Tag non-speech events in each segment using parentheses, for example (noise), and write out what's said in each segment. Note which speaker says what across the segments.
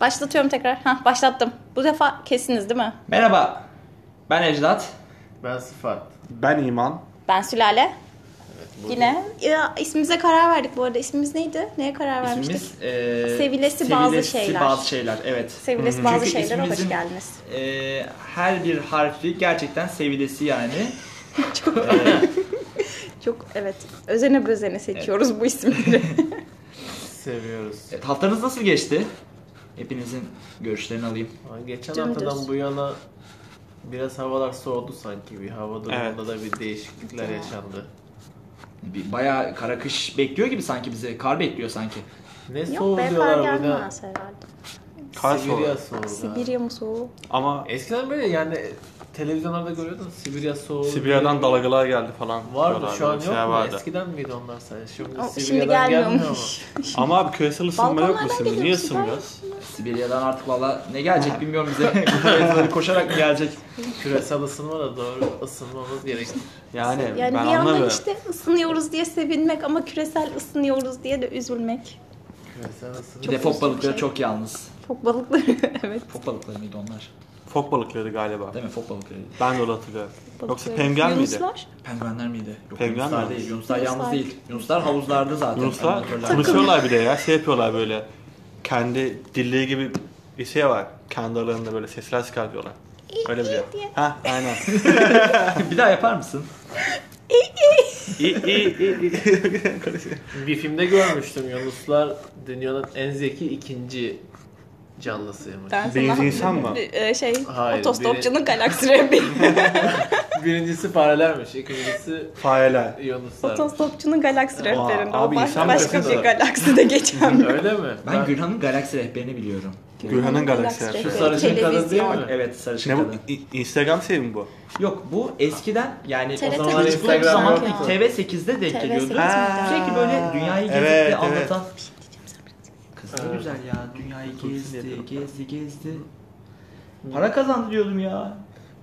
Speaker 1: Başlatıyorum tekrar. Hah başlattım. Bu defa kesiniz değil mi?
Speaker 2: Merhaba. Ben Ejdat.
Speaker 3: Ben sıfat.
Speaker 4: Ben İman.
Speaker 1: Ben Sülale. Yine ya, ismimize karar verdik bu arada. İsmimiz neydi? Neye karar vermiştik?
Speaker 2: İsmimiz eee,
Speaker 1: Sevilesi bazı
Speaker 2: sevilesi
Speaker 1: şeyler.
Speaker 2: bazı şeyler. Evet.
Speaker 1: Sevilesi bazı
Speaker 2: Çünkü
Speaker 1: şeylere hoş
Speaker 2: ismimizin-
Speaker 1: geldiniz.
Speaker 2: Eee, her bir harfi gerçekten sevilesi yani.
Speaker 1: Çok evet özene bözene seçiyoruz bu isimleri.
Speaker 3: Seviyoruz.
Speaker 4: E,
Speaker 2: Evet, haftanız E, nasıl geçti? Hepinizin görüşlerini alayım.
Speaker 3: Ama Geçen
Speaker 1: Dümdüz.
Speaker 3: haftadan bu yana biraz havalar soğudu sanki. Bir hava durumunda
Speaker 4: Evet.
Speaker 3: da bir değişiklikler yaşandı.
Speaker 2: Bir bayağı kara kış bekliyor gibi sanki bize. Kar bekliyor sanki.
Speaker 1: (laughs)
Speaker 3: Ne
Speaker 1: Yok
Speaker 3: soğuğu
Speaker 1: be kar
Speaker 3: diyorlar burada.
Speaker 1: gelmez herhalde.
Speaker 4: Kar
Speaker 3: Sibirya
Speaker 4: soğuğu.
Speaker 3: soğuğu. galiba.
Speaker 1: Sibirya mı soğuğu?
Speaker 4: Ama
Speaker 3: Eskiden böyle yani televizyonlarda görüyordun Sibirya soğuğu.
Speaker 4: Sibirya'dan
Speaker 3: diye-
Speaker 4: dalgalar geldi falan.
Speaker 3: Vardı
Speaker 4: diyorlar,
Speaker 3: şu an yok
Speaker 4: böyle şeyler
Speaker 3: mu?
Speaker 4: şey vardı.
Speaker 3: Eskiden miydi onlar sadece? Şimdi
Speaker 1: O, şimdi
Speaker 3: Sibirya'dan gelmiyor mu?
Speaker 1: gelmiyormuş.
Speaker 4: Ama abi küresel ısınma yok mu
Speaker 1: Balkonlardan
Speaker 4: şimdi? Niye
Speaker 1: geliyor,
Speaker 4: ısınmıyoruz?
Speaker 2: Sibirya'dan artık valla ne gelecek bilmiyorum bize. (laughs) Kuzeyleri koşarak mı gelecek?
Speaker 3: (laughs) Küresel ısınma da doğru ısınmamız gerek.
Speaker 1: (laughs)
Speaker 4: Yani,
Speaker 1: Yani
Speaker 4: ben
Speaker 1: bir yandan
Speaker 4: anlamıyorum.
Speaker 1: işte ısınıyoruz diye sevinmek ama küresel ısınıyoruz diye de üzülmek.
Speaker 3: Küresel ısınma.
Speaker 2: Bir de fok balıkları
Speaker 1: şey.
Speaker 2: çok yalnız.
Speaker 1: Çok balıkları (laughs) evet.
Speaker 2: Fok balıkları mıydı onlar?
Speaker 4: Fok balıkları galiba.
Speaker 2: Değil mi? Fok balıkları.
Speaker 4: Ben de öyle hatırlıyorum. Yoksa
Speaker 1: balıkları.
Speaker 4: penguen miydi?
Speaker 1: Yunuslar
Speaker 2: Penguenler miydi? Yok,
Speaker 4: Penguen
Speaker 2: Yunuslar
Speaker 4: mi?
Speaker 2: değil. Yunuslar,
Speaker 1: Yunuslar.
Speaker 2: yalnız değil. Yunuslar havuzlarda zaten.
Speaker 4: Yunuslar
Speaker 2: Animatörler.
Speaker 4: konuşuyorlar bir de ya. Şey yapıyorlar böyle. Kendi dilleri gibi bir şey var. Kendi aralarında böyle sesler çıkartıyorlar. Öyle bir şey.
Speaker 1: diye.
Speaker 4: Ha aynen.
Speaker 2: bir daha yapar mısın?
Speaker 4: İyi iyi iyi. iyi.
Speaker 3: Bir filmde görmüştüm Yunuslar dünyanın en zeki ikinci canlısıymış.
Speaker 1: Ben sana-
Speaker 4: Deniz insan mı?
Speaker 1: Bir, e, Şey,
Speaker 3: Hayır,
Speaker 1: otostopçunun galaksi rapi.
Speaker 3: Birincisi farelermiş, ikincisi
Speaker 4: Fareler.
Speaker 3: Yunuslar.
Speaker 1: Otostopçunun galaksi rehberinde. O
Speaker 4: abi
Speaker 1: baş-
Speaker 4: insan
Speaker 1: başka
Speaker 4: kafası
Speaker 1: bir
Speaker 4: da-
Speaker 1: galakside geçen.
Speaker 3: Öyle mi?
Speaker 2: Ben, Gülhan'ın galaksi rehberini biliyorum.
Speaker 4: Gülhan'ın galaksi
Speaker 1: Galaksi
Speaker 4: yapıyor.
Speaker 1: rehberi,
Speaker 3: Sarışın kadın değil
Speaker 1: televizyon.
Speaker 3: mi?
Speaker 2: Evet sarışın
Speaker 1: şey.
Speaker 4: Ne bu?
Speaker 2: kadın.
Speaker 4: İ- Instagram şey mi bu?
Speaker 2: Yok bu eskiden yani
Speaker 1: TRT
Speaker 2: o zamanlar
Speaker 3: Hiç
Speaker 2: Instagram
Speaker 3: Instagram
Speaker 2: zamanı
Speaker 3: yok.
Speaker 2: TV8'de denk
Speaker 1: TV8
Speaker 2: geliyordu.
Speaker 1: miydi?
Speaker 2: Ha. Sürekli böyle dünyayı gezip
Speaker 4: Evet,
Speaker 2: de
Speaker 4: evet.
Speaker 2: anlatan.
Speaker 1: şey
Speaker 2: Kız ne
Speaker 3: Evet.
Speaker 2: güzel ya dünyayı
Speaker 3: Tutsun
Speaker 2: gezdi,
Speaker 3: yeter.
Speaker 2: gezdi, gezdi. Para kazandı diyordum ya.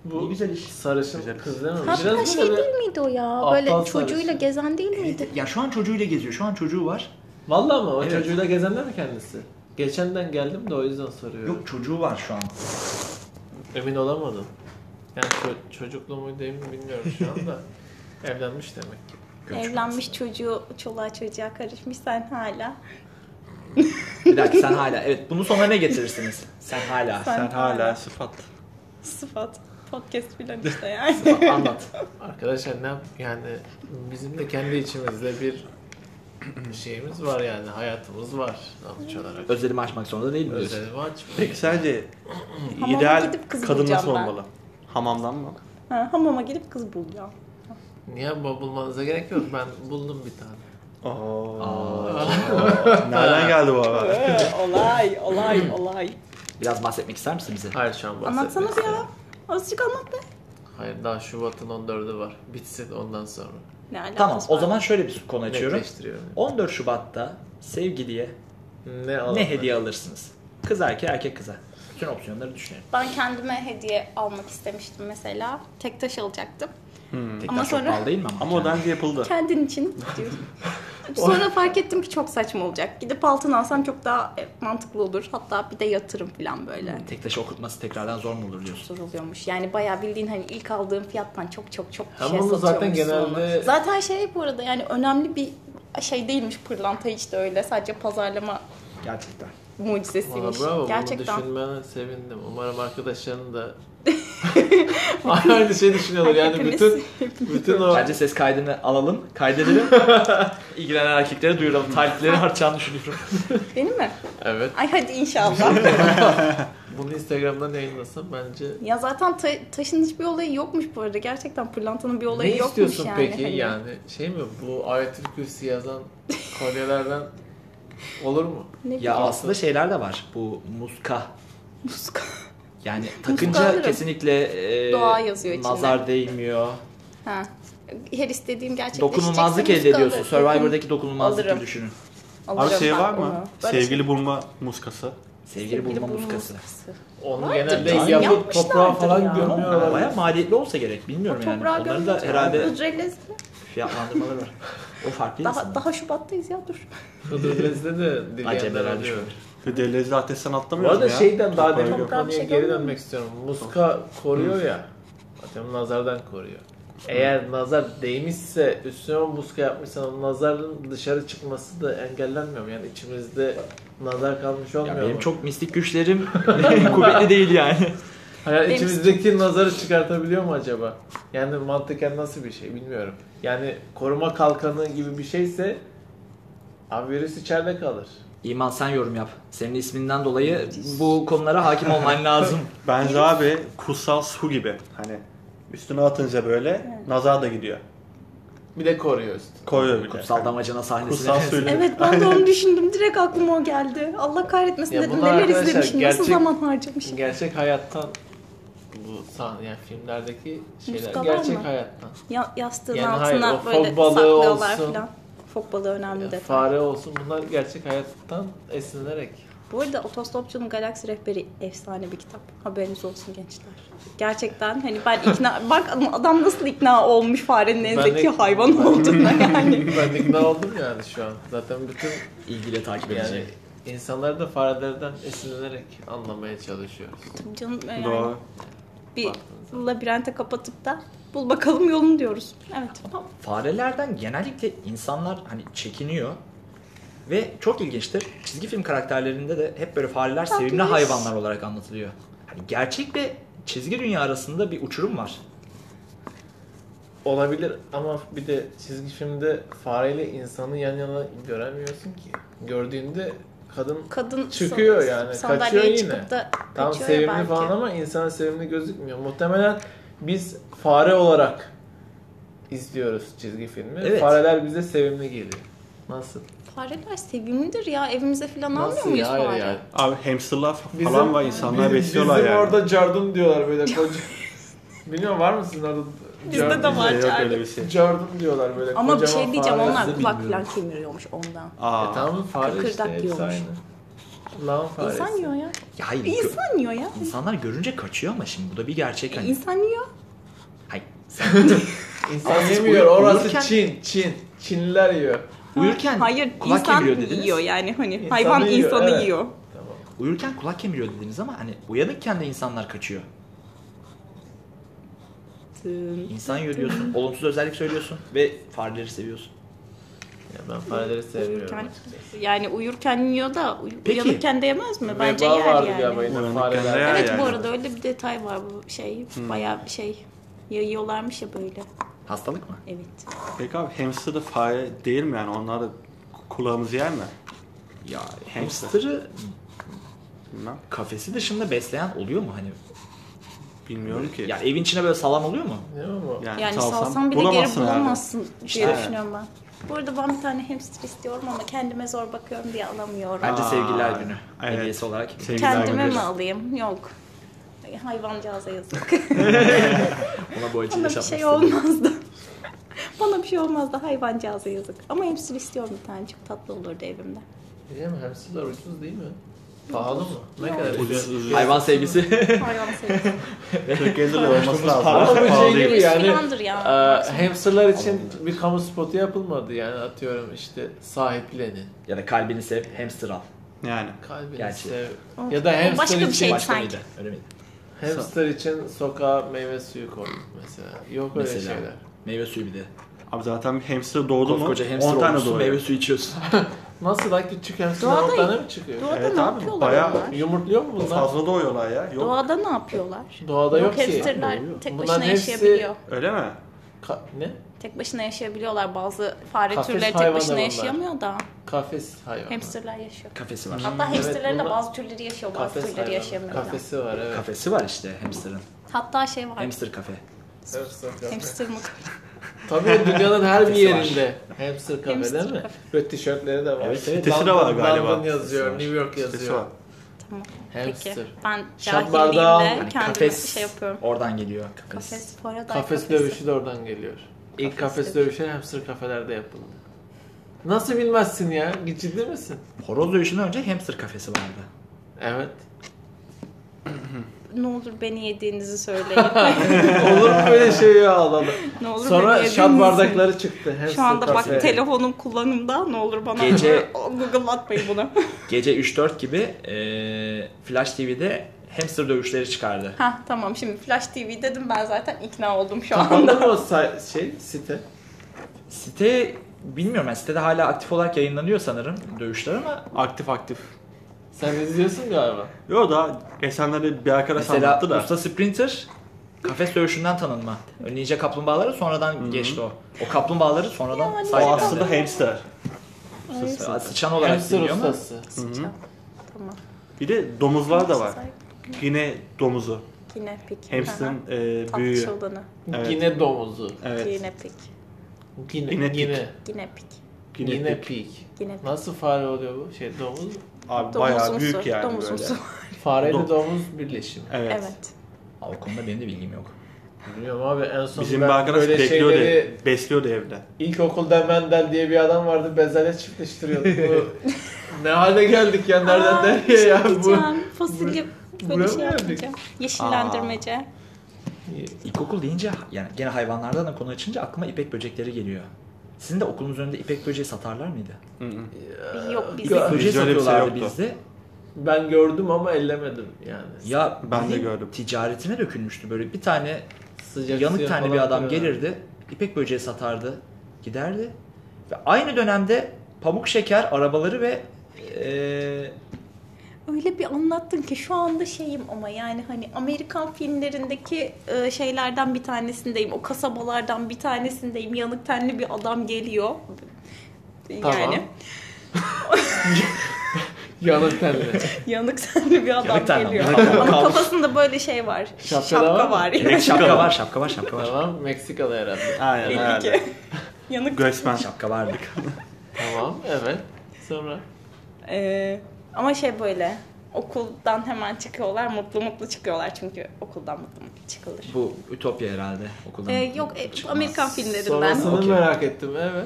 Speaker 2: Ne
Speaker 3: Bu
Speaker 2: güzel iş.
Speaker 3: sarışın
Speaker 4: Güzel.
Speaker 3: kız değil mi?
Speaker 1: Hatta
Speaker 3: Biraz
Speaker 1: şey
Speaker 3: böyle...
Speaker 1: değil miydi o ya?
Speaker 3: aptal
Speaker 1: Böyle
Speaker 3: sarışın.
Speaker 1: çocuğuyla gezen değil miydi?
Speaker 2: Ya şu an çocuğuyla geziyor. Şu an çocuğu var.
Speaker 3: Valla mı? O
Speaker 2: Evet.
Speaker 3: çocuğuyla gezenler mi kendisi? Geçenden geldim de o yüzden soruyorum.
Speaker 2: Yok çocuğu var (laughs) şu an.
Speaker 3: Emin olamadım. Yani ço- çocuklu muydu emin bilmiyorum şu anda. (laughs) Evlenmiş demek.
Speaker 1: Evlenmiş çocuğu, çoluğa çocuğa karışmış sen hala.
Speaker 2: Bir dakika sen hala. Evet bunun sonuna ne getirirsiniz? Sen hala.
Speaker 1: Sen,
Speaker 4: Sen hala sıfat.
Speaker 1: Sıfat. Podcast filan işte yani.
Speaker 2: Anlat.
Speaker 3: Arkadaşlar ne yap- yani bizim de kendi içimizde bir (clears throat) şeyimiz var yani hayatımız var sonuç olarak.
Speaker 2: Özelimi açmak zorunda değil miyiz?
Speaker 3: Özelimi açmıyor.
Speaker 4: Peki sence
Speaker 1: (clears throat) Hamama
Speaker 4: ideal
Speaker 1: gidip kız
Speaker 4: kadın
Speaker 1: bulacağım
Speaker 4: nasıl
Speaker 1: ben.
Speaker 4: olmalı? Hamamdan mı?
Speaker 1: ha, hamama gidip kız bulacağım.
Speaker 3: Niye bu- bulmanıza gerek yok ben buldum bir tane.
Speaker 2: Aa.
Speaker 4: Nereden geldi bu haber?
Speaker 3: (laughs)
Speaker 1: olay, olay, olay.
Speaker 2: Hmm. Biraz bahsetmek ister misin bize?
Speaker 3: Hayır şu an bahsetmek
Speaker 1: Anlatsana bir ya.
Speaker 3: istemiyorum.
Speaker 1: Azıcık anlat be.
Speaker 3: Hayır daha Şubat'ın 14'ü var. Bitsin ondan sonra.
Speaker 1: Ne alakası
Speaker 2: Tamam o
Speaker 1: var?
Speaker 2: zaman şöyle bir konu açıyorum.
Speaker 3: Netleştiriyorum.
Speaker 2: 14 Şubat'ta sevgiliye
Speaker 3: Ne,
Speaker 2: ne
Speaker 3: alalım?
Speaker 2: hediye alırsınız? Kız erkeğe, erkek kıza. Bütün opsiyonları düşünelim.
Speaker 1: Ben kendime hediye almak istemiştim mesela. Tek taş alacaktım.
Speaker 2: Tekrar
Speaker 1: Ama
Speaker 2: çok
Speaker 1: sonra-
Speaker 2: pahalı değil mi Hmm. ama?
Speaker 4: Ama o daha önce yapıldı.
Speaker 1: Kendin için
Speaker 3: (laughs)
Speaker 1: diyorum. Sonra fark ettim ki çok saçma olacak. Gidip altın alsam çok daha e, mantıklı olur. Hatta bir de yatırım falan böyle.
Speaker 3: Hmm.
Speaker 2: Tek taşı okutması tekrardan zor mu olur diyorsun?
Speaker 1: Zor oluyormuş. Yani bayağı bildiğin hani ilk aldığım fiyattan çok çok çok bir
Speaker 3: Ama
Speaker 1: şey
Speaker 3: onu
Speaker 1: satıyormuş.
Speaker 3: zaten
Speaker 1: sonra.
Speaker 3: genelde-
Speaker 1: Zaten şey bu arada yani önemli bir şey değilmiş pırlanta hiç de öyle. Sadece pazarlama
Speaker 2: Gerçekten.
Speaker 1: mucizesiymiş.
Speaker 3: Valla bravo
Speaker 1: Gerçekten.
Speaker 3: bunu düşünmene sevindim. Umarım
Speaker 1: (laughs)
Speaker 3: arkadaşların da aynı şey düşünüyorlar. Yani
Speaker 1: Hepimiz- (laughs)
Speaker 3: bütün bütün o
Speaker 2: Bence ses kaydını alalım, kaydedelim. (laughs) İlgilenen erkeklere duyuralım. Talipleri artacağını düşünüyorum.
Speaker 1: Benim mi?
Speaker 3: (laughs) evet
Speaker 1: Ay hadi
Speaker 3: (laughs)
Speaker 1: inşallah.
Speaker 3: Bunu Instagram'dan yayınlasam bence...
Speaker 1: ya zaten ta- taşın hiçbir olayı yokmuş bu arada. Gerçekten pırlantanın bir olayı
Speaker 3: ne
Speaker 1: yokmuş
Speaker 3: istiyorsun
Speaker 1: yani.
Speaker 3: peki
Speaker 1: Hani-
Speaker 3: yani? Şey mi bu Ayetül Kürsi yazan kolyelerden olur mu?
Speaker 1: Ne
Speaker 2: ya
Speaker 1: bileyim.
Speaker 2: aslında şeyler de var. Bu muska.
Speaker 1: Muska.
Speaker 2: Yani takınca
Speaker 1: alırım.
Speaker 2: kesinlikle e,
Speaker 1: Doğa yazıyor içinde.
Speaker 2: nazar değmiyor.
Speaker 1: Ha. Her istediğim gerçekleşecekse
Speaker 2: Dokunulmazlık elde
Speaker 1: muska
Speaker 2: ediyorsun.
Speaker 1: alırım.
Speaker 2: Survivor'daki dokunulmazlık
Speaker 1: Alırım.
Speaker 2: gibi düşünün.
Speaker 1: Alırım
Speaker 4: Abi şey
Speaker 1: ben
Speaker 4: var
Speaker 1: onu.
Speaker 4: mı?
Speaker 1: Böyle şey
Speaker 4: Sevgili bulma muskası.
Speaker 2: Sevgili bulma muskası.
Speaker 3: Onu
Speaker 1: Vardır
Speaker 3: genelde
Speaker 2: canım,
Speaker 3: yapıp
Speaker 1: yapmışlardır
Speaker 3: toprağa falan
Speaker 1: ya.
Speaker 2: Ama
Speaker 3: gömüyorlar.
Speaker 2: baya maliyetli olsa gerek. Bilmiyorum yani.
Speaker 1: Toprağa
Speaker 2: Onların da
Speaker 1: gömülecek.
Speaker 2: herhalde
Speaker 1: Hıdrellez mi?
Speaker 2: fiyatlandırmaları var. O farklı
Speaker 1: Daha,
Speaker 2: insanlar.
Speaker 1: daha Şubat'tayız ya dur.
Speaker 3: Hıdrellez'de de
Speaker 2: Acem
Speaker 3: dileyenler
Speaker 2: herhalde
Speaker 3: alıyor.
Speaker 2: şöyle.
Speaker 4: Fidelizli ateşten
Speaker 3: Bu
Speaker 4: atlamıyoruz
Speaker 3: arada
Speaker 4: mu ya?
Speaker 3: şeyden daha
Speaker 4: Çok
Speaker 3: demin
Speaker 4: para
Speaker 1: Tamam,
Speaker 3: konuya
Speaker 1: şey
Speaker 3: geri
Speaker 1: olmuyor.
Speaker 3: dönmek istiyorum. Muska koruyor ya. Atıyorum nazardan koruyor. Eğer nazar değmişse üstüne o muska yapmışsan o nazarın dışarı çıkması da engellenmiyor mu? Yani içimizde nazar kalmış olmuyor
Speaker 2: Ya benim
Speaker 3: mu?
Speaker 2: çok mistik güçlerim (laughs) kuvvetli değil yani.
Speaker 3: Hayır,
Speaker 1: Benim-
Speaker 3: içimizdeki nazarı çıkartabiliyor mu acaba? Yani mantıken nasıl bir şey bilmiyorum. Yani koruma kalkanı gibi bir şeyse abi virüs içeride kalır.
Speaker 2: İman sen yorum yap. Senin isminden dolayı bu konulara hakim olman lazım.
Speaker 4: Bence abi kutsal su gibi. Hani üstüne atınca böyle nazar da gidiyor.
Speaker 3: Bir de koruyor üstü.
Speaker 4: Koyuyor bir de.
Speaker 2: Kutsal damacana sahnesine.
Speaker 4: Kutsal suyla.
Speaker 1: Evet ben de
Speaker 3: (laughs)
Speaker 1: onu düşündüm. Direkt aklıma o geldi. Allah kahretmesin
Speaker 3: Ya
Speaker 1: dedim.
Speaker 3: bunlar
Speaker 1: Neler
Speaker 3: arkadaşlar
Speaker 1: izlemişim, nasıl
Speaker 3: gerçek-
Speaker 1: zaman harcamışım.
Speaker 3: Gerçek hayattan bu sahne yani filmlerdeki şeyler
Speaker 1: Muskalar
Speaker 3: gerçek
Speaker 1: mı?
Speaker 3: hayattan.
Speaker 1: Ya, yastığın
Speaker 3: Yani hayır,
Speaker 1: altına
Speaker 3: o
Speaker 1: böyle
Speaker 3: fok balığı
Speaker 1: saklıyorlar
Speaker 3: olsun.
Speaker 1: falan. Fok balığı önemli
Speaker 3: Ya
Speaker 1: detay.
Speaker 3: fare olsun bunlar gerçek hayattan esinlenerek.
Speaker 1: Bu arada Otostopçunun Galaksi Rehberi efsane bir kitap. Haberiniz olsun gençler. Gerçekten hani ben
Speaker 3: (laughs)
Speaker 1: ikna... Bak adam nasıl ikna olmuş farenin en
Speaker 3: Ben de-
Speaker 1: zeki hayvan olduğuna
Speaker 3: (laughs)
Speaker 1: yani.
Speaker 3: ben de ikna oldum yani şu an. Zaten bütün
Speaker 2: İlgiyle takip
Speaker 3: yani
Speaker 2: edecek.
Speaker 3: insanlar da farelerden esinlenerek anlamaya çalışıyoruz.
Speaker 1: Tabii canım yani
Speaker 4: Doğru.
Speaker 1: bir labirente kapatıp da bul bakalım yolunu diyoruz. Evet.
Speaker 2: Ama farelerden genellikle insanlar hani çekiniyor. Ve çok ilginçtir. Çizgi film karakterlerinde de hep böyle fareler
Speaker 1: Tatlı
Speaker 2: sevimli
Speaker 1: bir-
Speaker 2: hayvanlar olarak anlatılıyor. Hani gerçekle çizgi dünya arasında bir uçurum var.
Speaker 3: Olabilir ama bir de çizgi filmde fareyle insanı yan yana göremiyorsun ki. Gördüğünde kadın
Speaker 1: Kadın
Speaker 3: Çıkıyor
Speaker 1: san-
Speaker 3: yani,
Speaker 1: sandalyeye
Speaker 3: kaçıyor yine.
Speaker 1: çıkıp da
Speaker 3: Tam
Speaker 1: kaçıyor ya
Speaker 3: sevimli
Speaker 1: belki.
Speaker 3: falan ama insana sevimli gözükmüyor. Muhtemelen biz fare olarak izliyoruz çizgi filmi.
Speaker 2: Evet.
Speaker 3: Fareler bize sevimli geliyor. Nasıl?
Speaker 1: Fareler sevimlidir ya. Evimize falan almıyor
Speaker 3: Nasıl
Speaker 1: muyuz
Speaker 3: ya?
Speaker 1: fare?
Speaker 3: ya?
Speaker 4: Abi hamsterlar falan var insanlar
Speaker 3: bizim-
Speaker 4: besliyorlar
Speaker 3: bizim
Speaker 4: yani.
Speaker 3: orada cardun diyorlar böyle
Speaker 1: (laughs)
Speaker 3: koca. Bilmiyorum var mı sizin orada?
Speaker 1: Bizde
Speaker 3: cardun?
Speaker 1: de var.
Speaker 4: Bizde Yok öyle bir şey.
Speaker 3: E, Cardun diyorlar böyle
Speaker 1: Ama bir
Speaker 3: kocaman
Speaker 1: şey diyeceğim
Speaker 3: fare.
Speaker 1: onlar kulak
Speaker 2: bilmiyorum.
Speaker 1: falan kemiriyormuş ondan.
Speaker 4: Aa.
Speaker 3: E tamam fare işte
Speaker 1: Kıkırdak
Speaker 3: hepsi
Speaker 1: yiyormuş.
Speaker 3: aynı. Lan faresi.
Speaker 1: İnsan yiyor ya.
Speaker 2: Ya hayır. gö-
Speaker 1: İnsan yiyor ya.
Speaker 2: İnsanlar görünce kaçıyor ama şimdi bu da bir gerçek hani.
Speaker 1: İnsan yiyor.
Speaker 2: Hayır.
Speaker 3: İnsan
Speaker 2: Ama siz
Speaker 3: yemiyor
Speaker 2: uyur-
Speaker 3: orası
Speaker 2: uyurken-
Speaker 3: Çin, Çin. Çinliler yiyor.
Speaker 2: Uyurken
Speaker 1: Hayır
Speaker 2: kulak
Speaker 1: insan
Speaker 2: kemiriyor dediniz.
Speaker 1: yiyor yani hani
Speaker 3: İnsanı
Speaker 1: hayvan
Speaker 3: yiyor,
Speaker 1: insanı
Speaker 3: evet.
Speaker 1: yiyor.
Speaker 3: Tamam.
Speaker 2: Uyurken kulak kemiriyor dediniz ama hani uyanıkken de insanlar kaçıyor.
Speaker 1: Tüm. (laughs)
Speaker 2: İnsan yürüyorsun, olumsuz özellik söylüyorsun ve fareleri seviyorsun.
Speaker 3: Ya ben fareleri sevmiyorum.
Speaker 1: Uyurken, yani uyurken yiyor da uy-
Speaker 2: Peki.
Speaker 1: uyanırken de yemez mi? Bence
Speaker 3: Veba
Speaker 1: yer
Speaker 3: vardı
Speaker 1: yani.
Speaker 3: galiba yine
Speaker 4: Uyanıkken
Speaker 3: fareler.
Speaker 4: de yer.
Speaker 1: Evet
Speaker 4: yani.
Speaker 1: bu arada öyle bir detay var bu şey bayağı bir şey yayıyorlarmış ya böyle.
Speaker 2: Hastalık mı?
Speaker 1: Evet.
Speaker 4: Peki abi hamster da fare değil mi yani? Onlar da kulağımızı yer mi?
Speaker 2: Ya
Speaker 4: Hamster.
Speaker 2: hamsterı
Speaker 4: Bilmem.
Speaker 2: kafesi dışında besleyen oluyor mu hani?
Speaker 4: Bilmiyorum ki.
Speaker 2: Ya evin içine böyle salam oluyor mu?
Speaker 3: Değil mi bu?
Speaker 1: Yani salsan bir de geri
Speaker 4: bulamazsın herhalde.
Speaker 1: bulamazsın diye
Speaker 4: İşte.
Speaker 1: düşünüyorum ben. Bu arada ben bir tane hamster istiyorum ama kendime zor bakıyorum diye alamıyorum.
Speaker 2: Bence
Speaker 4: Aa,
Speaker 2: sevgililer günü
Speaker 4: evet.
Speaker 2: hediyesi olarak.
Speaker 4: Sevgililer
Speaker 1: Kendime
Speaker 4: günü.
Speaker 1: mi alayım? Yok. Hayvancağıza yazık.
Speaker 2: Ona bu acıyı
Speaker 1: Bana bir
Speaker 2: yaşatmak
Speaker 1: şey
Speaker 2: istedim.
Speaker 1: olmazdı. (laughs) Bana bir şey olmazdı hayvancağıza yazık. Ama hamster istiyorum bir tane çok tatlı olurdu evimde.
Speaker 3: Değil mi? Hamsterlar ucuz değil mi? Pahalı mı? Ne kadar
Speaker 4: Ucuz, ucuz.
Speaker 2: Hayvan sevgisi. (laughs)
Speaker 1: Hayvan sevgisi.
Speaker 4: Türkiye'de de olması lazım.
Speaker 3: Ama bu
Speaker 4: Pahalı
Speaker 3: şey
Speaker 4: değil.
Speaker 3: gibi yani.
Speaker 1: Filandır ya.
Speaker 3: e, hamsterlar için bir kamu spotu yapılmadı yani atıyorum işte sahiplenin,
Speaker 2: ya da kalbini sev, hamster al.
Speaker 4: Yani.
Speaker 3: kalbini
Speaker 2: Gerçi.
Speaker 3: sev.
Speaker 1: O-
Speaker 3: Ya da
Speaker 1: o
Speaker 3: hamster
Speaker 1: başka bir
Speaker 3: için
Speaker 1: şey
Speaker 2: Başka
Speaker 1: sanki.
Speaker 2: mıydı? Öyle miydi?
Speaker 3: hamster için sokağa meyve suyu koy mesela. Yok öyle
Speaker 2: Mesela.
Speaker 3: şeyler.
Speaker 2: Meyve suyu bir de.
Speaker 4: Abi zaten bir hamster doğdu mu?
Speaker 2: Koskoca hamster
Speaker 4: 10 tane
Speaker 2: olmuşsun,
Speaker 4: doğuyor.
Speaker 2: meyve
Speaker 1: (laughs)
Speaker 2: suyu içiyorsun.
Speaker 3: Nasıl lan küçük hamsterlar
Speaker 1: Doğada-
Speaker 3: on tane mi çıkıyor?
Speaker 1: Doğada
Speaker 4: Evet
Speaker 1: ne
Speaker 4: abi,
Speaker 1: yapıyorlar
Speaker 4: bayağı-
Speaker 3: şey
Speaker 1: onlar?
Speaker 3: Yumurtluyor mu bunlar?
Speaker 4: Fazla doğuyorlar ya. Yok.
Speaker 1: Doğada ne yapıyorlar?
Speaker 3: Doğada yok, ki.
Speaker 1: hamsterlar
Speaker 4: Doğru.
Speaker 1: tek
Speaker 3: Bunların
Speaker 1: başına
Speaker 3: hepsi-
Speaker 1: yaşayabiliyor.
Speaker 4: Öyle mi?
Speaker 3: Ka- ne?
Speaker 1: Tek başına yaşayabiliyorlar. Bazı fare
Speaker 3: Kafes
Speaker 1: türleri tek
Speaker 3: hayvanı
Speaker 1: başına
Speaker 3: bunlar.
Speaker 1: yaşayamıyor da
Speaker 3: Kafes hayvanı.
Speaker 1: hamsterlar yaşıyor.
Speaker 2: Kafesi var.
Speaker 1: Hatta hamsterlerin de
Speaker 3: Hmm, bunlar-
Speaker 1: bazı türleri yaşıyor, bazı
Speaker 3: Kafes
Speaker 1: türleri
Speaker 3: hayvanı.
Speaker 1: yaşamıyor.
Speaker 3: Kafesi var evet.
Speaker 2: Kafesi var işte hamsterın.
Speaker 1: Hatta şey var.
Speaker 2: Hamster kafe.
Speaker 3: Hamster kafe.
Speaker 1: Hamster mı?
Speaker 3: Tabii dünyanın her bir
Speaker 2: Kafesi var.
Speaker 3: yerinde. Hamster kafe
Speaker 1: Hamster
Speaker 3: değil mi?
Speaker 1: kafe.
Speaker 3: Böyle tişörtleri de var.
Speaker 2: Evet, evet.
Speaker 4: Sitesi de var galiba.
Speaker 3: London yazıyor,
Speaker 2: Sitesi var.
Speaker 3: New York
Speaker 4: Sitesi var.
Speaker 3: yazıyor.
Speaker 1: Tamam.
Speaker 3: Hamster.
Speaker 1: Peki. Ben
Speaker 3: Şat bardağı al.
Speaker 1: cahilliğimle
Speaker 2: Yani
Speaker 1: kendime
Speaker 2: kafes
Speaker 1: şey yapıyorum.
Speaker 2: oradan geliyor. Kafes.
Speaker 1: Kafes, bu arada
Speaker 3: Kafes
Speaker 1: kafesi.
Speaker 3: dövüşü de oradan geliyor. İlk
Speaker 1: Kafes
Speaker 3: kafes dövüşü hamster kafelerde yapıldı. Nasıl bilmezsin ya? Ciddi misin?
Speaker 2: Horoz dövüşünden önce hamster kafesi vardı.
Speaker 3: Evet.
Speaker 1: ne olur beni yediğinizi
Speaker 3: (laughs)
Speaker 1: söyleyin.
Speaker 3: Olur mu böyle şey ya Allah Allah.
Speaker 1: ne olur beni
Speaker 3: Sonra
Speaker 1: yediğinizi.
Speaker 3: şat bardakları çıktı.
Speaker 1: Şu
Speaker 3: hamster
Speaker 1: anda bak
Speaker 3: kafe.
Speaker 1: telefonum kullanımda ne olur bana
Speaker 2: Gece-
Speaker 1: (laughs) Google atmayın
Speaker 3: (laughs)
Speaker 1: bunu.
Speaker 2: Gece 3-4 gibi e, Flash TV'de hamster dövüşleri çıkardı.
Speaker 1: Hah tamam şimdi Flash TV dedim ben zaten ikna oldum şu
Speaker 3: Kapandı
Speaker 1: anda.
Speaker 3: mı o say- şey site?
Speaker 2: Site bilmiyorum yani sitede hala aktif olarak yayınlanıyor sanırım dövüşler ama
Speaker 4: Aktif aktif.
Speaker 3: Sen izliyorsun galiba.
Speaker 4: Yo da geçenlerde bir arkadaş
Speaker 2: mesela
Speaker 4: anlattı da.
Speaker 2: Usta Sprinter kafes dövüşünden tanınma. Ninja kaplumbağaları sonradan geçti o. O kaplumbağaları sonradan
Speaker 1: Ya,
Speaker 4: O
Speaker 2: sayede
Speaker 4: aslında hamster.
Speaker 2: Aa, sıçan olarak
Speaker 3: Hamster
Speaker 2: biliniyor ama
Speaker 3: ustası.
Speaker 1: Sıçan. Tamam.
Speaker 4: Bir de domuzlar da var. Yine domuzu.
Speaker 1: Yine pik. Aha.
Speaker 4: Hamster'ın e, büyüğü.
Speaker 1: Tatlı olanı.
Speaker 4: Evet.
Speaker 3: Yine domuzu.
Speaker 4: Evet.
Speaker 1: Yine pik.
Speaker 3: Yine
Speaker 4: Yine
Speaker 3: yine
Speaker 4: pik.
Speaker 3: yine,
Speaker 1: Yine pik.
Speaker 4: Yine,
Speaker 3: pik.
Speaker 1: Yine pik.
Speaker 3: Nasıl fare oluyor bu? Şey domuz mu?
Speaker 4: Abi bayağı
Speaker 1: Domuzumsu.
Speaker 4: büyük yani böyle.
Speaker 1: domuzumsu.
Speaker 3: (laughs) Fare ile
Speaker 4: Dom-
Speaker 3: domuz birleşimi.
Speaker 4: (laughs) Evet.
Speaker 1: evet.
Speaker 2: Aa, o konuda benim de bilgim yok.
Speaker 3: Bilmiyorum abi en son
Speaker 4: Bizim
Speaker 3: ben
Speaker 4: bir arkadaş
Speaker 3: böyle
Speaker 4: bekliyordu,
Speaker 3: şeyleri
Speaker 4: besliyordu evde.
Speaker 3: İlkokulda Mendel diye bir adam vardı bezelye çiftleştiriyordu. Bu,
Speaker 2: (laughs)
Speaker 3: ne hale geldik ya nereden
Speaker 1: Aa, bir
Speaker 3: nereye
Speaker 1: şey
Speaker 3: ya bu.
Speaker 1: diyeceğim. Fasulye böyle
Speaker 3: buraya
Speaker 1: şey
Speaker 3: mı geldik?
Speaker 1: yapmayacağım. Yeşillendirmece.
Speaker 2: İlkokul deyince yani gene hayvanlardan da konu açınca aklıma ipek böcekleri geliyor. Sizin de okulunuz önünde ipek böceği satarlar mıydı?
Speaker 1: Yok
Speaker 3: Ee,
Speaker 1: bizim.
Speaker 2: İpek böceği
Speaker 4: Bizde öyle bir şey
Speaker 2: satıyorlardı
Speaker 4: yoktu.
Speaker 2: bizde.
Speaker 3: Ben gördüm ama ellemedim yani.
Speaker 2: Ya
Speaker 4: Ben de
Speaker 2: bildiğin
Speaker 4: gördüm.
Speaker 2: Ticaretine dökülmüştü böyle bir tane
Speaker 3: Sıcak
Speaker 2: yanık
Speaker 3: suya
Speaker 2: tane
Speaker 3: falan
Speaker 2: bir adam
Speaker 3: koyuyorlar.
Speaker 2: gelirdi. İpek böceği satardı. Giderdi. Ve aynı dönemde pamuk şeker arabaları ve eee,
Speaker 1: Öyle bir anlattın ki şu anda şeyim ama yani hani Amerikan filmlerindeki e, şeylerden bir tanesindeyim. O kasabalardan bir tanesindeyim. Yanık tenli bir adam geliyor. Yani
Speaker 3: Tamam.
Speaker 2: (laughs)
Speaker 3: Yanık tenli.
Speaker 1: yanık tenli bir adam
Speaker 2: Yanık tenli
Speaker 1: geliyor.
Speaker 2: adam. Yanık
Speaker 1: Ama
Speaker 2: tenli.
Speaker 1: kafasında böyle şey var.
Speaker 3: Şapka da
Speaker 1: Şapka
Speaker 3: var
Speaker 1: var.
Speaker 3: mı?
Speaker 1: yani.
Speaker 2: şapka var, şapka var, şapka var.
Speaker 3: tamam Meksikalı herhalde.
Speaker 4: Aynen herhalde.
Speaker 1: Yanık
Speaker 4: Göçmen.
Speaker 2: şapka vardı.
Speaker 3: Tamam evet. Sonra
Speaker 1: Ee, ama şey böyle okuldan hemen çıkıyorlar mutlu mutlu çıkıyorlar çünkü okuldan mutlu mutlu çıkılır.
Speaker 2: Bu Ütopya herhalde okuldan.
Speaker 1: Ee, yok e,
Speaker 2: çıkmaz.
Speaker 1: Amerikan filmlerinden
Speaker 3: sonrasını
Speaker 2: Okey.
Speaker 3: merak ettim evet.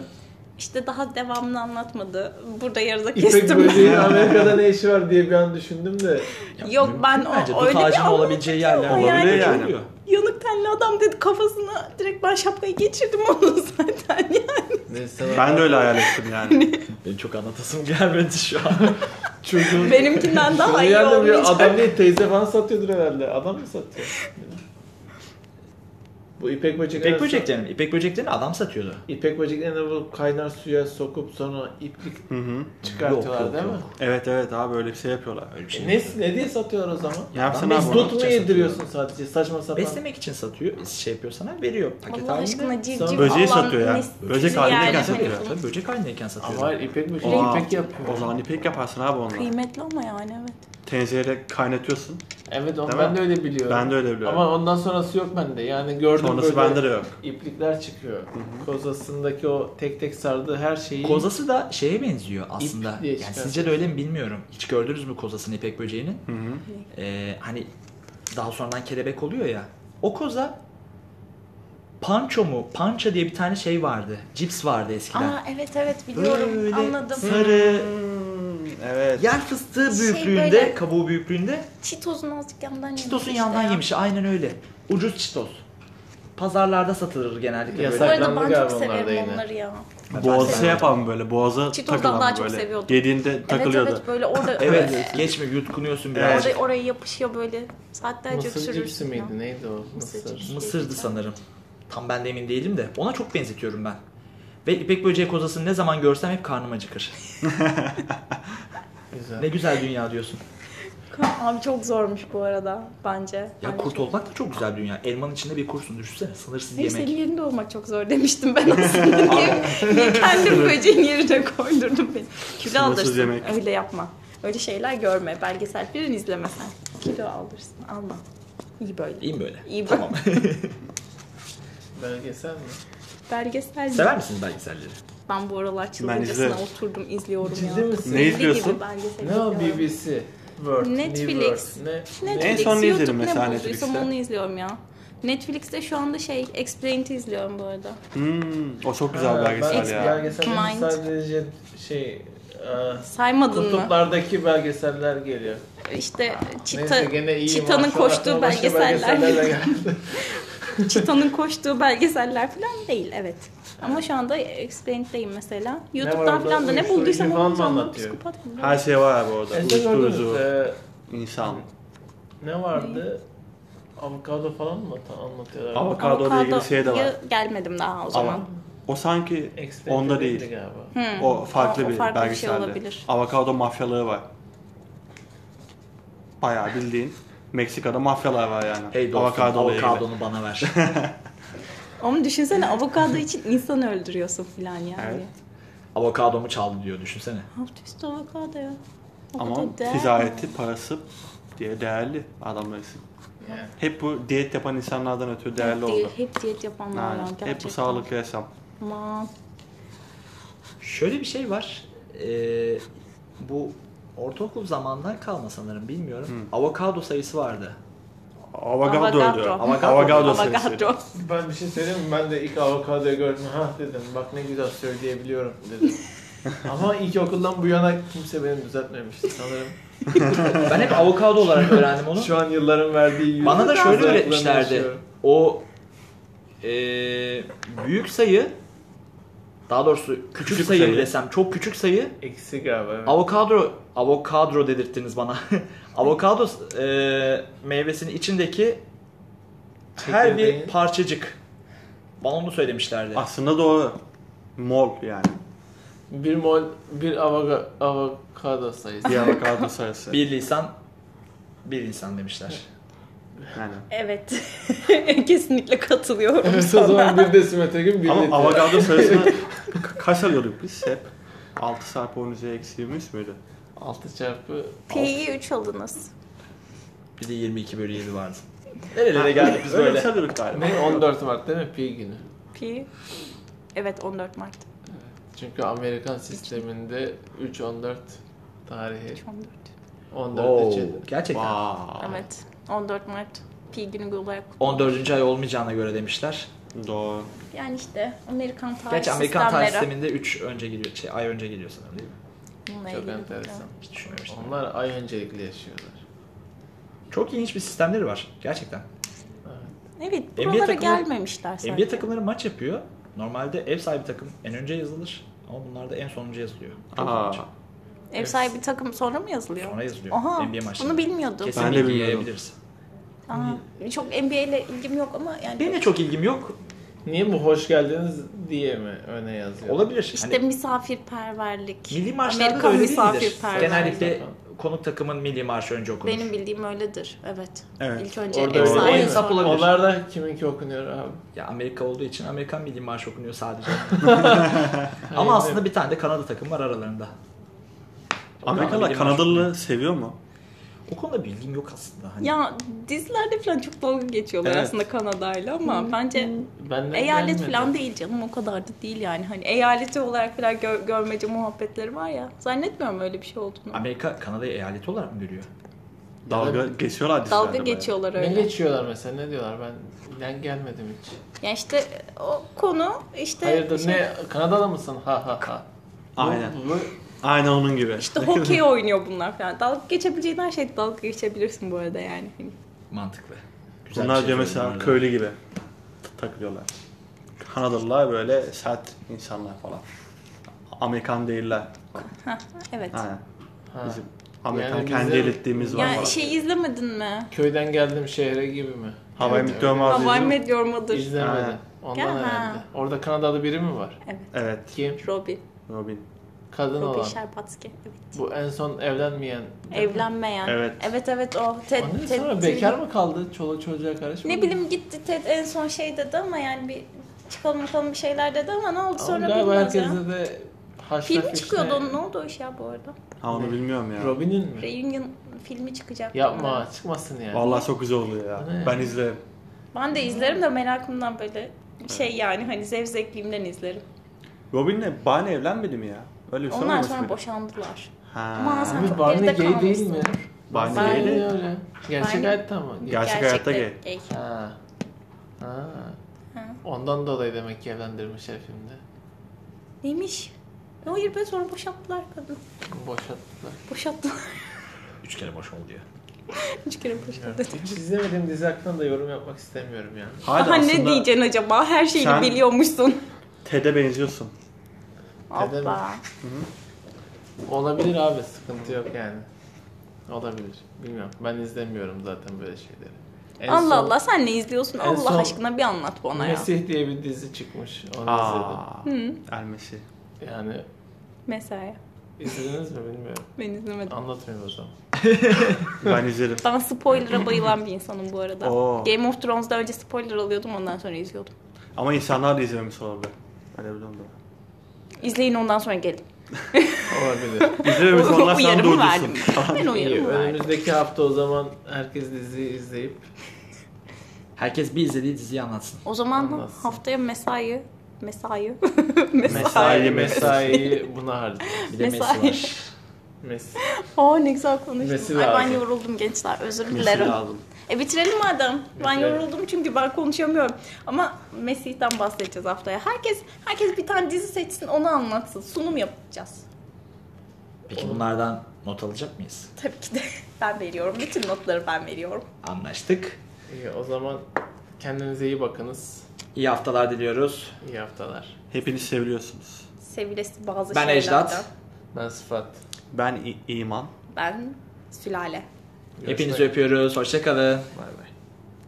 Speaker 1: işte daha devamını anlatmadı. Burada yarıda
Speaker 3: İpek
Speaker 1: kestim.
Speaker 2: (laughs)
Speaker 3: böceğin Amerika'da ne işi var diye bir an düşündüm de.
Speaker 2: Ya,
Speaker 1: Yok,
Speaker 2: mümkün
Speaker 1: ben o-
Speaker 2: bence. Dut
Speaker 1: öyle bir
Speaker 2: ağacının
Speaker 1: anlam
Speaker 2: olabileceği yerler
Speaker 1: ama
Speaker 2: olabilir
Speaker 4: yani.
Speaker 2: yani. Oluyor.
Speaker 1: Yanık tenli adam dedi kafasına direkt ben şapkayı geçirdim (laughs) onu zaten yani.
Speaker 3: Neyse,
Speaker 4: Ben de öyle hayal ettim yani.
Speaker 1: Hani-
Speaker 2: Benim çok anlatasım gelmedi şu
Speaker 3: (laughs)
Speaker 2: an.
Speaker 3: çocuğun
Speaker 1: Benimkinden daha iyi
Speaker 3: Yani bir
Speaker 1: olmayacak.
Speaker 3: Adam değil teyze falan satıyordur herhalde. Adam mı satıyor? bu ipek böcek
Speaker 2: İpek
Speaker 3: arası-
Speaker 2: böceklerini mi? İpek böceklerini adam satıyordu.
Speaker 3: İpek böceklerini bu kaynar suya sokup sonra iplik
Speaker 4: Hı hı.
Speaker 3: çıkartıyorlar
Speaker 2: Yok, yok,
Speaker 3: değil mi?
Speaker 2: yok.
Speaker 4: Evet evet abi öyle bir şey yapıyorlar.
Speaker 2: Öyle bir
Speaker 3: E
Speaker 2: şey
Speaker 3: Ne,
Speaker 2: yok.
Speaker 3: ne diye satıyorlar o zaman?
Speaker 4: Ne yapsın abi onu?
Speaker 3: Mesut mu
Speaker 2: satıyor.
Speaker 3: yediriyorsun sadece saçma sapan?
Speaker 2: Beslemek için satıyor, şey yapıyor sana, veriyor. Paket
Speaker 1: Allah
Speaker 2: halinde.
Speaker 1: aşkına civciv
Speaker 3: Sana-
Speaker 4: Böceği
Speaker 1: falan
Speaker 4: satıyor ya.
Speaker 1: nes-
Speaker 4: Böcek
Speaker 1: yani
Speaker 4: halindeyken
Speaker 1: hani
Speaker 4: satıyor.
Speaker 1: bunun
Speaker 2: Tabii böcek halindeyken satıyor.
Speaker 3: Ama hayır ipek böceği
Speaker 4: Aa,
Speaker 3: ipek yapıyor.
Speaker 4: O zaman ipek yaparsın abi onunla.
Speaker 1: Kıymetli ama yani evet.
Speaker 4: Tencerede kaynatıyorsun.
Speaker 3: Evet onu
Speaker 4: Değil
Speaker 3: ben
Speaker 4: mi?
Speaker 3: de öyle biliyorum.
Speaker 4: Ben de öyle biliyorum.
Speaker 3: Ama ondan sonrası yok bende. Yani gördüm
Speaker 4: Sonrası
Speaker 3: böyle
Speaker 4: bende de yok.
Speaker 3: iplikler çıkıyor. Kozasındaki o tek tek sardığı her şeyi
Speaker 2: Kozası da şeye benziyor aslında.
Speaker 3: diye
Speaker 2: yani
Speaker 3: çıkartıyor.
Speaker 2: sizce de öyle mi bilmiyorum. Hiç gördünüz mü kozasını ipek böceğinin?
Speaker 4: Hı hı.
Speaker 2: Ee, hani daha sonradan kelebek oluyor ya. O koza panço mu? Pança diye bir tane şey vardı. Cips vardı eskiden.
Speaker 1: Aa evet evet biliyorum
Speaker 2: Böyle
Speaker 1: anladım.
Speaker 2: sarı
Speaker 4: Hmm, Evet.
Speaker 2: yer fıstığı
Speaker 1: Şey
Speaker 2: büyüklüğünde,
Speaker 1: böyle-
Speaker 2: kabuğu büyüklüğünde
Speaker 1: Çitoz'un azıcık yandan yemiş.
Speaker 2: Çitos'un
Speaker 1: işte
Speaker 2: yandan
Speaker 1: ya.
Speaker 2: yemişi aynen öyle. Ucuz Çitos. Pazarlarda satılır genellikle
Speaker 1: Bu
Speaker 3: Yasak.
Speaker 2: böyle.
Speaker 1: arada ben çok
Speaker 3: Saklandı galiba onlar da
Speaker 1: severim
Speaker 3: yine.
Speaker 1: onları ya.
Speaker 4: Boğazı şey yapan böyle. Boğaza
Speaker 1: Cheetos'dan
Speaker 4: takılan
Speaker 1: daha çok
Speaker 4: böyle.
Speaker 1: seviyordum.
Speaker 4: Yediğinde takılıyordu.
Speaker 1: Evet evet böyle orada
Speaker 2: Evet, geçme yutkunuyorsun
Speaker 4: Evet.
Speaker 2: biraz.
Speaker 1: orada oraya yapışıyor böyle. Saatlerce
Speaker 3: Mısır
Speaker 1: öksürürsün
Speaker 3: cipsi
Speaker 1: ya.
Speaker 3: miydi? Neydi o?
Speaker 1: Mısır
Speaker 3: Mısır.
Speaker 1: cipsi.
Speaker 2: Mısırdı sanırım. Tam ben de emin değilim de. Ona çok benzetiyorum ben. Ve ipek böceği kozasını ne zaman görsem hep karnım acıkır.
Speaker 3: Güzel.
Speaker 2: ne güzel dünya diyorsun.
Speaker 1: Abi çok zormuş bu arada bence.
Speaker 2: Ya
Speaker 1: Bence
Speaker 2: kurt
Speaker 1: çok-
Speaker 2: olmak da çok güzel dünya. Elmanın içinde bir kursun düşünsene. Sınırsız
Speaker 1: Hayır,
Speaker 2: yemek.
Speaker 1: senin yerinde olmak çok zor demiştim ben aslında.
Speaker 4: (laughs)
Speaker 1: niye, niye kendim böceğin yerine koydurdum beni? Kilo
Speaker 4: Sınırsız
Speaker 1: alırsın.
Speaker 4: yemek.
Speaker 1: Öyle yapma. Öyle şeyler görme. Belgesel falan izleme sen. Kilo alırsın. Alma. İyi böyle.
Speaker 2: İyi mi böyle?
Speaker 1: İyi böyle. (laughs)
Speaker 2: Tamam.
Speaker 3: Belgesel mi?
Speaker 1: Belgesel
Speaker 2: Sever misiniz belgeselleri?
Speaker 1: Ben bu aralar
Speaker 4: Ben izlerim.
Speaker 1: çılgıncasına oturdum izliyorum ya.
Speaker 3: Ciddi misin?
Speaker 4: Ne izliyorsun?
Speaker 1: Gibi belgesel
Speaker 3: Ne o
Speaker 1: izliyorum.
Speaker 3: BBC? World.
Speaker 1: Netflix.
Speaker 3: New World. Ne?
Speaker 1: Netflix,
Speaker 4: En son ne
Speaker 1: YouTube
Speaker 4: izledin mesela
Speaker 1: ne bulduysam
Speaker 4: Netflix'te?
Speaker 1: onu izliyorum ya. Netflix'te şu anda şey Explained'i izliyorum bu arada.
Speaker 4: Hmm, o çok güzel
Speaker 3: Ha,
Speaker 4: belgesel
Speaker 3: ben
Speaker 4: ya.
Speaker 3: Belgesel
Speaker 1: Mind.
Speaker 3: sadece şey Ee,
Speaker 1: Saymadın mı?
Speaker 3: Kutuplardaki belgeseller geliyor.
Speaker 1: İşte çita,
Speaker 3: Neyse gene iyiyim.
Speaker 1: çitanın
Speaker 3: Maşallah,
Speaker 1: koştuğu
Speaker 3: aklıma başka
Speaker 1: belgeseller.
Speaker 3: belgeseller
Speaker 4: (laughs)
Speaker 3: geldi.
Speaker 1: (laughs) Çitanın koştuğu belgeseller falan değil evet. Ama şu anda Explained'deyim mesela.
Speaker 3: var
Speaker 1: YouTube'dan
Speaker 3: orada?
Speaker 1: falan da ne
Speaker 3: Uyuşturucu
Speaker 1: bulduysam
Speaker 3: falan mı
Speaker 1: okuyacağım. Ben
Speaker 3: anlatıyor?
Speaker 1: Psikopat mı?
Speaker 4: Her şey var abi orada.
Speaker 3: Ese gördünüz.
Speaker 4: Uyuşturucu,
Speaker 3: Ee,
Speaker 4: insan.
Speaker 3: ne vardı? Avokado falan mı ta- anlatıyorlar?
Speaker 4: Ama- Avokado ile ilgili şey de var.
Speaker 1: Avokadoya gelmedim daha o zaman.
Speaker 4: Ama o sanki
Speaker 3: Explained
Speaker 4: onda
Speaker 3: değildi
Speaker 4: değil.
Speaker 3: Galiba.
Speaker 1: Hmm.
Speaker 4: O farklı
Speaker 1: O- o
Speaker 4: bir
Speaker 1: farklı bir şey
Speaker 4: belgeselde.
Speaker 1: olabilir.
Speaker 4: Avokado mafyalığı var. Bayağı bildiğin Meksika'da mafyalar var yani.
Speaker 2: Hey dostum
Speaker 4: Avokadolu ilgili.
Speaker 2: avokadonu bana ver.
Speaker 1: Ama düşünsene avokado için insan öldürüyorsun falan yani.
Speaker 4: Evet.
Speaker 2: Avokadomu çaldı diyor düşünsene.
Speaker 1: Hafifte avokado ya. O
Speaker 4: Ama
Speaker 1: kadar değer mi?
Speaker 4: ticareti, parası diye değerli adamlar için.
Speaker 3: Yani.
Speaker 4: Hep bu diyet yapan insanlardan ötürü değerli
Speaker 1: Hep
Speaker 4: oldu.
Speaker 1: değil, Hep diyet yapanlar var
Speaker 4: Aynen.
Speaker 1: gerçekten.
Speaker 4: Hep bu sağlıklı yaşam.
Speaker 1: Aman.
Speaker 2: Şöyle bir şey var. Ee, bu ortaokul zamandan kalma sanırım bilmiyorum. Avokado sayısı vardı.
Speaker 4: Avokado
Speaker 1: Avogadro.
Speaker 4: diyor.
Speaker 2: Avogadro.
Speaker 4: Avokado sayısı.
Speaker 1: Avogadro.
Speaker 3: Ben bir şey söyleyeyim mi? Ben de ilk avokadoyu gördüm. Ha dedim. Bak ne güzel söyleyebiliyorum
Speaker 2: (laughs)
Speaker 3: dedim. Ama ilkokuldan bu yana kimse beni düzeltmemişti sanırım.
Speaker 2: Ben hep avokado olarak öğrendim
Speaker 3: (laughs)
Speaker 2: onu.
Speaker 3: Şu an yılların verdiği yüz-
Speaker 2: Bana da şöyle
Speaker 3: uzaklarını
Speaker 2: öğretmişlerdi.
Speaker 3: yaşıyorum.
Speaker 2: O e, büyük sayı daha doğrusu küçük,
Speaker 4: Küçük
Speaker 2: sayı,
Speaker 4: sayı.
Speaker 2: desem çok küçük sayı
Speaker 3: Eksi galiba. Evet.
Speaker 2: avokado avokado dedirttiniz bana. (laughs) avokado e, meyvesinin içindeki her bir
Speaker 3: Çekirdeği.
Speaker 2: parçacık. Bana onu söylemişlerdi.
Speaker 4: Aslında doğru. Mol yani.
Speaker 3: Bir mol, bir avoka, avokado sayısı.
Speaker 4: Bir avokado sayısı.
Speaker 2: Bir lisan bir insan demişler.
Speaker 4: Yani.
Speaker 1: Evet. (laughs) Kesinlikle katılıyorum
Speaker 3: evet (laughs) o
Speaker 1: sana.
Speaker 3: zaman bir desimetre gibi bir
Speaker 4: Ama
Speaker 3: litre. (laughs)
Speaker 4: avokado sayısını (laughs) ka- kaç alıyorduk biz hep? 6 çarpı 10 üzeri eksi 23 müydü?
Speaker 3: 6 çarpı
Speaker 1: P'yi 3 aldınız.
Speaker 2: Bir de 22 bölü 7 vardı. Nerelere geldik biz
Speaker 4: Öyle
Speaker 2: böyle?
Speaker 4: bir şey alıyorduk galiba.
Speaker 3: ne? 14 Mart değil mi? Pi günü.
Speaker 1: P. Evet 14 Mart.
Speaker 3: Çünkü Amerikan sisteminde 3-14 tarihi
Speaker 1: 14.
Speaker 3: 14 için.
Speaker 2: Oo, gerçekten.
Speaker 4: Vay.
Speaker 1: Evet. 14 Mart. Pi günü olarak.
Speaker 2: 14. ay olmayacağına göre demişler.
Speaker 4: Doğru.
Speaker 1: Yani işte Amerikan tarih
Speaker 2: Gerçi Amerikan tarih
Speaker 1: sistemleri.
Speaker 2: sisteminde 3 önce geliyor, şey, ay önce geliyor sanırım değil mi?
Speaker 1: Bununla
Speaker 3: Çok
Speaker 1: ilgili bir
Speaker 3: enteresan.
Speaker 1: program.
Speaker 2: Hiç düşünmemiştim.
Speaker 3: Onlar ay öncelikli yaşıyorlar.
Speaker 2: Çok ilginç bir sistemleri var gerçekten.
Speaker 1: Evet
Speaker 2: NBA
Speaker 1: buralara
Speaker 2: takımı-
Speaker 1: gelmemişler sanki.
Speaker 2: NBA takımları maç yapıyor. Normalde ev sahibi takım en önce yazılır ama bunlar da en sonuncu yazılıyor. Çok
Speaker 4: Aa,
Speaker 2: ilginç.
Speaker 1: Ev sahibi takım sonra mı yazılıyor?
Speaker 2: Sonra yazılıyor
Speaker 1: Aha,
Speaker 2: NBA maçları.
Speaker 1: bunu bilmiyordum.
Speaker 2: Kesin
Speaker 4: Ben de
Speaker 2: bilgi
Speaker 4: bilmiyordum.
Speaker 2: yayabiliriz.
Speaker 1: Aa, çok NBA ile ilgim yok ama yani
Speaker 2: Benim de çok ilgim yok.
Speaker 3: Niye bu hoş geldiniz diye mi öne yazıyor?
Speaker 2: Olabilir.
Speaker 1: işte
Speaker 2: Hani
Speaker 1: misafirperverlik.
Speaker 2: milli maçlarda da
Speaker 1: Amerikan
Speaker 2: öyle değildir.
Speaker 1: misafirperverliği.
Speaker 2: Genellikle konuk takımın milli marşı önce okunur.
Speaker 1: Benim bildiğim öyledir. Evet.
Speaker 4: Evet.
Speaker 1: İlk önce
Speaker 3: Orada
Speaker 1: ev
Speaker 3: öyle
Speaker 1: sahibi
Speaker 3: değil mi?
Speaker 2: hesap
Speaker 1: sonra-
Speaker 2: olabilir.
Speaker 3: Onlar da kiminki okunuyor abi?
Speaker 2: Ya Amerika olduğu için Amerikan milli marşı okunuyor
Speaker 4: (laughs)
Speaker 2: sadece. (laughs) ama aslında bir tane de Kanada takımı var aralarında.
Speaker 4: Amerikalılar Kanadalı seviyor mu?
Speaker 2: O konuda bilgim yok aslında. Hani
Speaker 1: Ya dizilerde falan çok dalga geçiyorlar
Speaker 4: Evet.
Speaker 1: aslında Kanada'yla ama bence
Speaker 3: Benden
Speaker 1: eyalet
Speaker 3: gelmedi.
Speaker 1: falan değil canım o kadar da değil yani. Hani eyaleti olarak falan gö- görmece muhabbetleri var ya. Zannetmiyorum öyle bir şey olduğunu.
Speaker 2: Amerika Kanada'yı eyalet olarak mı görüyor?
Speaker 4: Dalga geçiyorlar dizilerde.
Speaker 1: dalga
Speaker 4: bayağı.
Speaker 1: geçiyorlar
Speaker 3: Ne
Speaker 1: öyle.
Speaker 3: geçiyorlar mesela ne diyorlar ben ben gelmedim hiç.
Speaker 1: Ya işte o konu işte
Speaker 3: Hayırdır
Speaker 1: şey-
Speaker 3: ne Kanadalı mısın ha ha ha. Bu-
Speaker 4: Aynen.
Speaker 3: Bu,
Speaker 4: Aynen onun gibi. (laughs)
Speaker 1: İşte hokey oynuyor bunlar falan. Dalga geçebileceğin her şey dalga geçebilirsin bu arada yani. Hani
Speaker 2: Mantıklı. Güzel bir
Speaker 4: Bunlar
Speaker 2: şey söyledin
Speaker 4: diyor mesela
Speaker 2: orada.
Speaker 4: köylü gibi t- takılıyorlar. Kanadalılar böyle sert insanlar falan. Amerikan değiller.
Speaker 1: evet.
Speaker 4: Aynen.
Speaker 3: ha.
Speaker 4: Bizim Amerikan
Speaker 3: Yani
Speaker 4: kendi
Speaker 3: bizim-
Speaker 4: erittiğimiz var.
Speaker 1: Yani
Speaker 4: falan.
Speaker 1: şey izlemedin mi?
Speaker 3: Köyden geldim şehre gibi mi?
Speaker 4: Hawaii
Speaker 3: Yani
Speaker 4: Meteor
Speaker 3: öyle.
Speaker 4: Mağazı
Speaker 1: Hawaii
Speaker 4: izledim.
Speaker 1: Meteor Mother.
Speaker 3: İzlemedim.
Speaker 4: Ha.
Speaker 1: Gel,
Speaker 3: Ondan
Speaker 1: ha.
Speaker 3: herhalde. Orada Kanadalı biri mi var?
Speaker 4: Evet.
Speaker 3: Kim?
Speaker 1: Robin.
Speaker 4: Robin.
Speaker 3: Kadın
Speaker 1: Robin
Speaker 3: olan.
Speaker 1: Sherpatsky. Evet.
Speaker 3: Bu en son evlenmeyen.
Speaker 1: Evlenmeyen.
Speaker 4: Evet.
Speaker 1: Evet evet o. Ted,
Speaker 3: Ondan
Speaker 1: Ted-
Speaker 3: sonra bekar mı kaldı? Çoluk çocuğa karışmadı.
Speaker 1: Ne bileyim gitti Ted en son şey dedi ama yani bir çıkalım bakalım bir şeyler dedi ama ne oldu
Speaker 3: Ama
Speaker 1: sonra
Speaker 3: galiba
Speaker 1: bilmez ya.
Speaker 3: herkeste de haşla
Speaker 1: Filmi
Speaker 3: fişle-
Speaker 1: çıkıyordu onun ne oldu o iş ya bu arada?
Speaker 4: Ha onu
Speaker 3: Ne?
Speaker 4: bilmiyorum ya.
Speaker 3: Robin'in mi?
Speaker 1: Reunion filmi çıkacak.
Speaker 3: Yapma çıkmasın yani.
Speaker 4: Vallahi çok güzel oluyor ya.
Speaker 3: Ne?
Speaker 4: Ben izlerim.
Speaker 1: Ben de izlerim de merakımdan böyle şey yani hani zevzekliğimden izlerim.
Speaker 4: Robin'le Barney evlenmedi mi ya? Öyle bir sorun
Speaker 1: Onlar
Speaker 4: olmuş
Speaker 1: sonra
Speaker 4: muydu?
Speaker 1: boşandılar. Ama
Speaker 4: Ha.
Speaker 1: sen
Speaker 3: Abi
Speaker 1: çok
Speaker 3: Barney
Speaker 1: geride
Speaker 3: gay değil mi?
Speaker 1: Barney-
Speaker 4: Barney gay
Speaker 3: Barney
Speaker 4: değil.
Speaker 3: öyle. Gerçek
Speaker 1: Barney-
Speaker 3: hayatta mı?
Speaker 4: Gerçek hayatta gay.
Speaker 3: Ha. Ha. Ondan dolayı demek ki evlendirmişler filmde.
Speaker 1: Neymiş? Hayır be sonra boşalttılar kadını. (laughs)
Speaker 4: Boşalttılar.
Speaker 1: Boşalttılar.
Speaker 2: Üç kere boş ol diyor.
Speaker 1: Üç kere boşalttılar.
Speaker 3: Hiç izlemediğim dizi hakkında da yorum yapmak istemiyorum yani.
Speaker 1: Daha ne diyeceksin acaba? Her şeyi
Speaker 4: Sen-
Speaker 1: biliyormuşsun.
Speaker 4: Ted'e benziyorsun.
Speaker 3: Neden?
Speaker 1: Abla.
Speaker 3: Olabilir abi sıkıntı yok yani. Olabilir. Bilmiyorum. Ben izlemiyorum zaten böyle şeyleri. En
Speaker 1: Allah
Speaker 3: son
Speaker 1: Allah sen ne izliyorsun?
Speaker 3: en
Speaker 1: Allah
Speaker 3: son-
Speaker 1: aşkına bir anlat bana ya.
Speaker 3: Mesih diye bir dizi çıkmış. Onu izledim.
Speaker 4: Aa,
Speaker 1: Hı,
Speaker 4: Elmesi.
Speaker 3: Yani
Speaker 1: mesela.
Speaker 3: izlediniz mi bilmiyorum.
Speaker 1: Ben izlemedim.
Speaker 3: Anlatmayayım o zaman.
Speaker 4: Ben izlerim.
Speaker 1: Ben spoiler'a bayılan bir insanım bu arada.
Speaker 4: Oo.
Speaker 1: Game of Thrones'da önce spoiler alıyordum ondan sonra izliyordum.
Speaker 4: Ama insanlar da izlememiş olabilir. Öyle bir durum da var.
Speaker 1: İzleyin ondan sonra gelin.
Speaker 3: Olabilir.
Speaker 4: İzlememiş onlar sen
Speaker 1: (laughs) uyarımı verdim.
Speaker 4: durdursun.
Speaker 1: ben (laughs)
Speaker 3: İyi.
Speaker 1: uyarımı verdim.
Speaker 3: Önümüzdeki hafta o zaman herkes diziyi izleyip
Speaker 2: Herkes bir izlediği diziyi anlatsın.
Speaker 1: O zaman
Speaker 3: Anlatsın.
Speaker 1: haftaya mesai. Mesai. (laughs) mesai.
Speaker 4: Mesai,
Speaker 3: mesaiyi buna harcayacağız.
Speaker 2: Bir de Messi
Speaker 1: Mesai.
Speaker 2: var.
Speaker 3: Mes
Speaker 1: Aa ne güzel konuştum.
Speaker 3: Mesai
Speaker 1: Ay ben
Speaker 3: lazım.
Speaker 1: yoruldum gençler özür
Speaker 4: Mesih
Speaker 1: dilerim.
Speaker 4: lazım.
Speaker 1: E bitirelim madem. Ben
Speaker 3: Bitirelim.
Speaker 1: yoruldum çünkü ben konuşamıyorum. Ama Mesih'ten bahsedeceğiz haftaya. Herkes herkes bir tane dizi seçsin onu anlatsın. Sunum yapacağız.
Speaker 2: Peki bunlardan not alacak mıyız?
Speaker 1: Tabii ki de (laughs) ben veriyorum. Bütün notları ben veriyorum.
Speaker 2: Anlaştık.
Speaker 3: İyi, o zaman kendinize iyi bakınız.
Speaker 2: İyi haftalar diliyoruz.
Speaker 3: İyi haftalar.
Speaker 4: Hepiniz seviyorsunuz.
Speaker 1: Sevilesi bazı
Speaker 2: Ben
Speaker 1: şeylerden.
Speaker 2: Ejdat.
Speaker 3: Ben Sıfat.
Speaker 4: Ben İ- İman.
Speaker 1: Ben Sülale.
Speaker 2: Hepinizi öpüyoruz. Hoşçakalın.
Speaker 4: Bay bay.